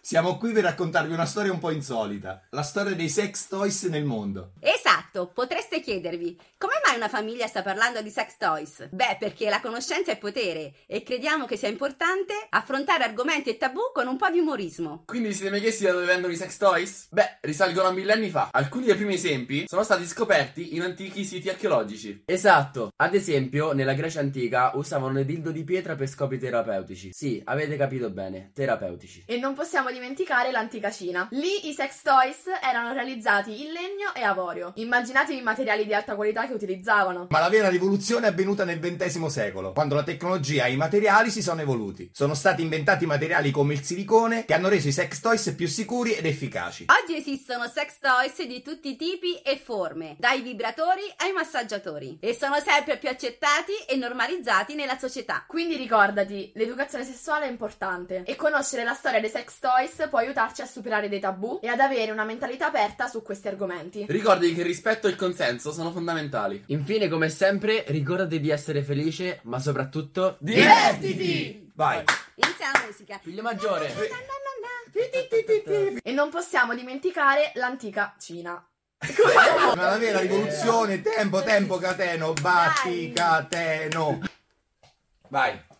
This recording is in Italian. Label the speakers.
Speaker 1: Siamo qui per raccontarvi una storia un po' insolita, la storia dei sex toys nel mondo.
Speaker 2: Esatto, potreste chiedervi, come mai una famiglia sta parlando di sex toys? Beh, perché la conoscenza è potere e crediamo che sia importante affrontare argomenti e tabù con un po' di umorismo.
Speaker 3: Quindi vi siete mai chiesti da dove vengono i sex toys? Beh, risalgono a millenni fa. Alcuni dei primi esempi sono stati scoperti in antichi siti archeologici.
Speaker 4: Esatto, ad esempio nella Grecia antica usavano le dildo di pietra per scopi terapeutici. Sì, avete capito bene, terapeutici.
Speaker 5: E non possiamo dimenticare l'antica Cina. Lì i sex toys erano realizzati in legno e avorio. Immaginatevi i materiali di alta qualità che utilizzavano.
Speaker 1: Ma la vera rivoluzione è avvenuta nel XX secolo, quando la tecnologia e i materiali si sono evoluti. Sono stati inventati materiali come il silicone che hanno reso i sex toys più sicuri ed efficaci.
Speaker 2: Oggi esistono sex toys di tutti i tipi e forme, dai vibratori ai massaggiatori, e sono sempre più accettati e normalizzati nella società.
Speaker 5: Quindi ricordati, l'educazione sessuale è importante e conoscere la storia dei sex toys può aiutarci a superare dei tabù e ad avere una mentalità aperta su questi argomenti.
Speaker 3: Ricordi che il rispetto e il consenso sono fondamentali.
Speaker 4: Infine, come sempre, ricordati di essere felice, ma soprattutto
Speaker 3: Divertiti!
Speaker 1: Vai.
Speaker 2: Inizia la musica.
Speaker 4: figlio maggiore.
Speaker 2: Na, na, na, na.
Speaker 5: E non possiamo dimenticare l'antica Cina.
Speaker 1: Ma la vera rivoluzione, tempo, tempo, cateno, batti,
Speaker 2: Dai.
Speaker 1: cateno. Vai.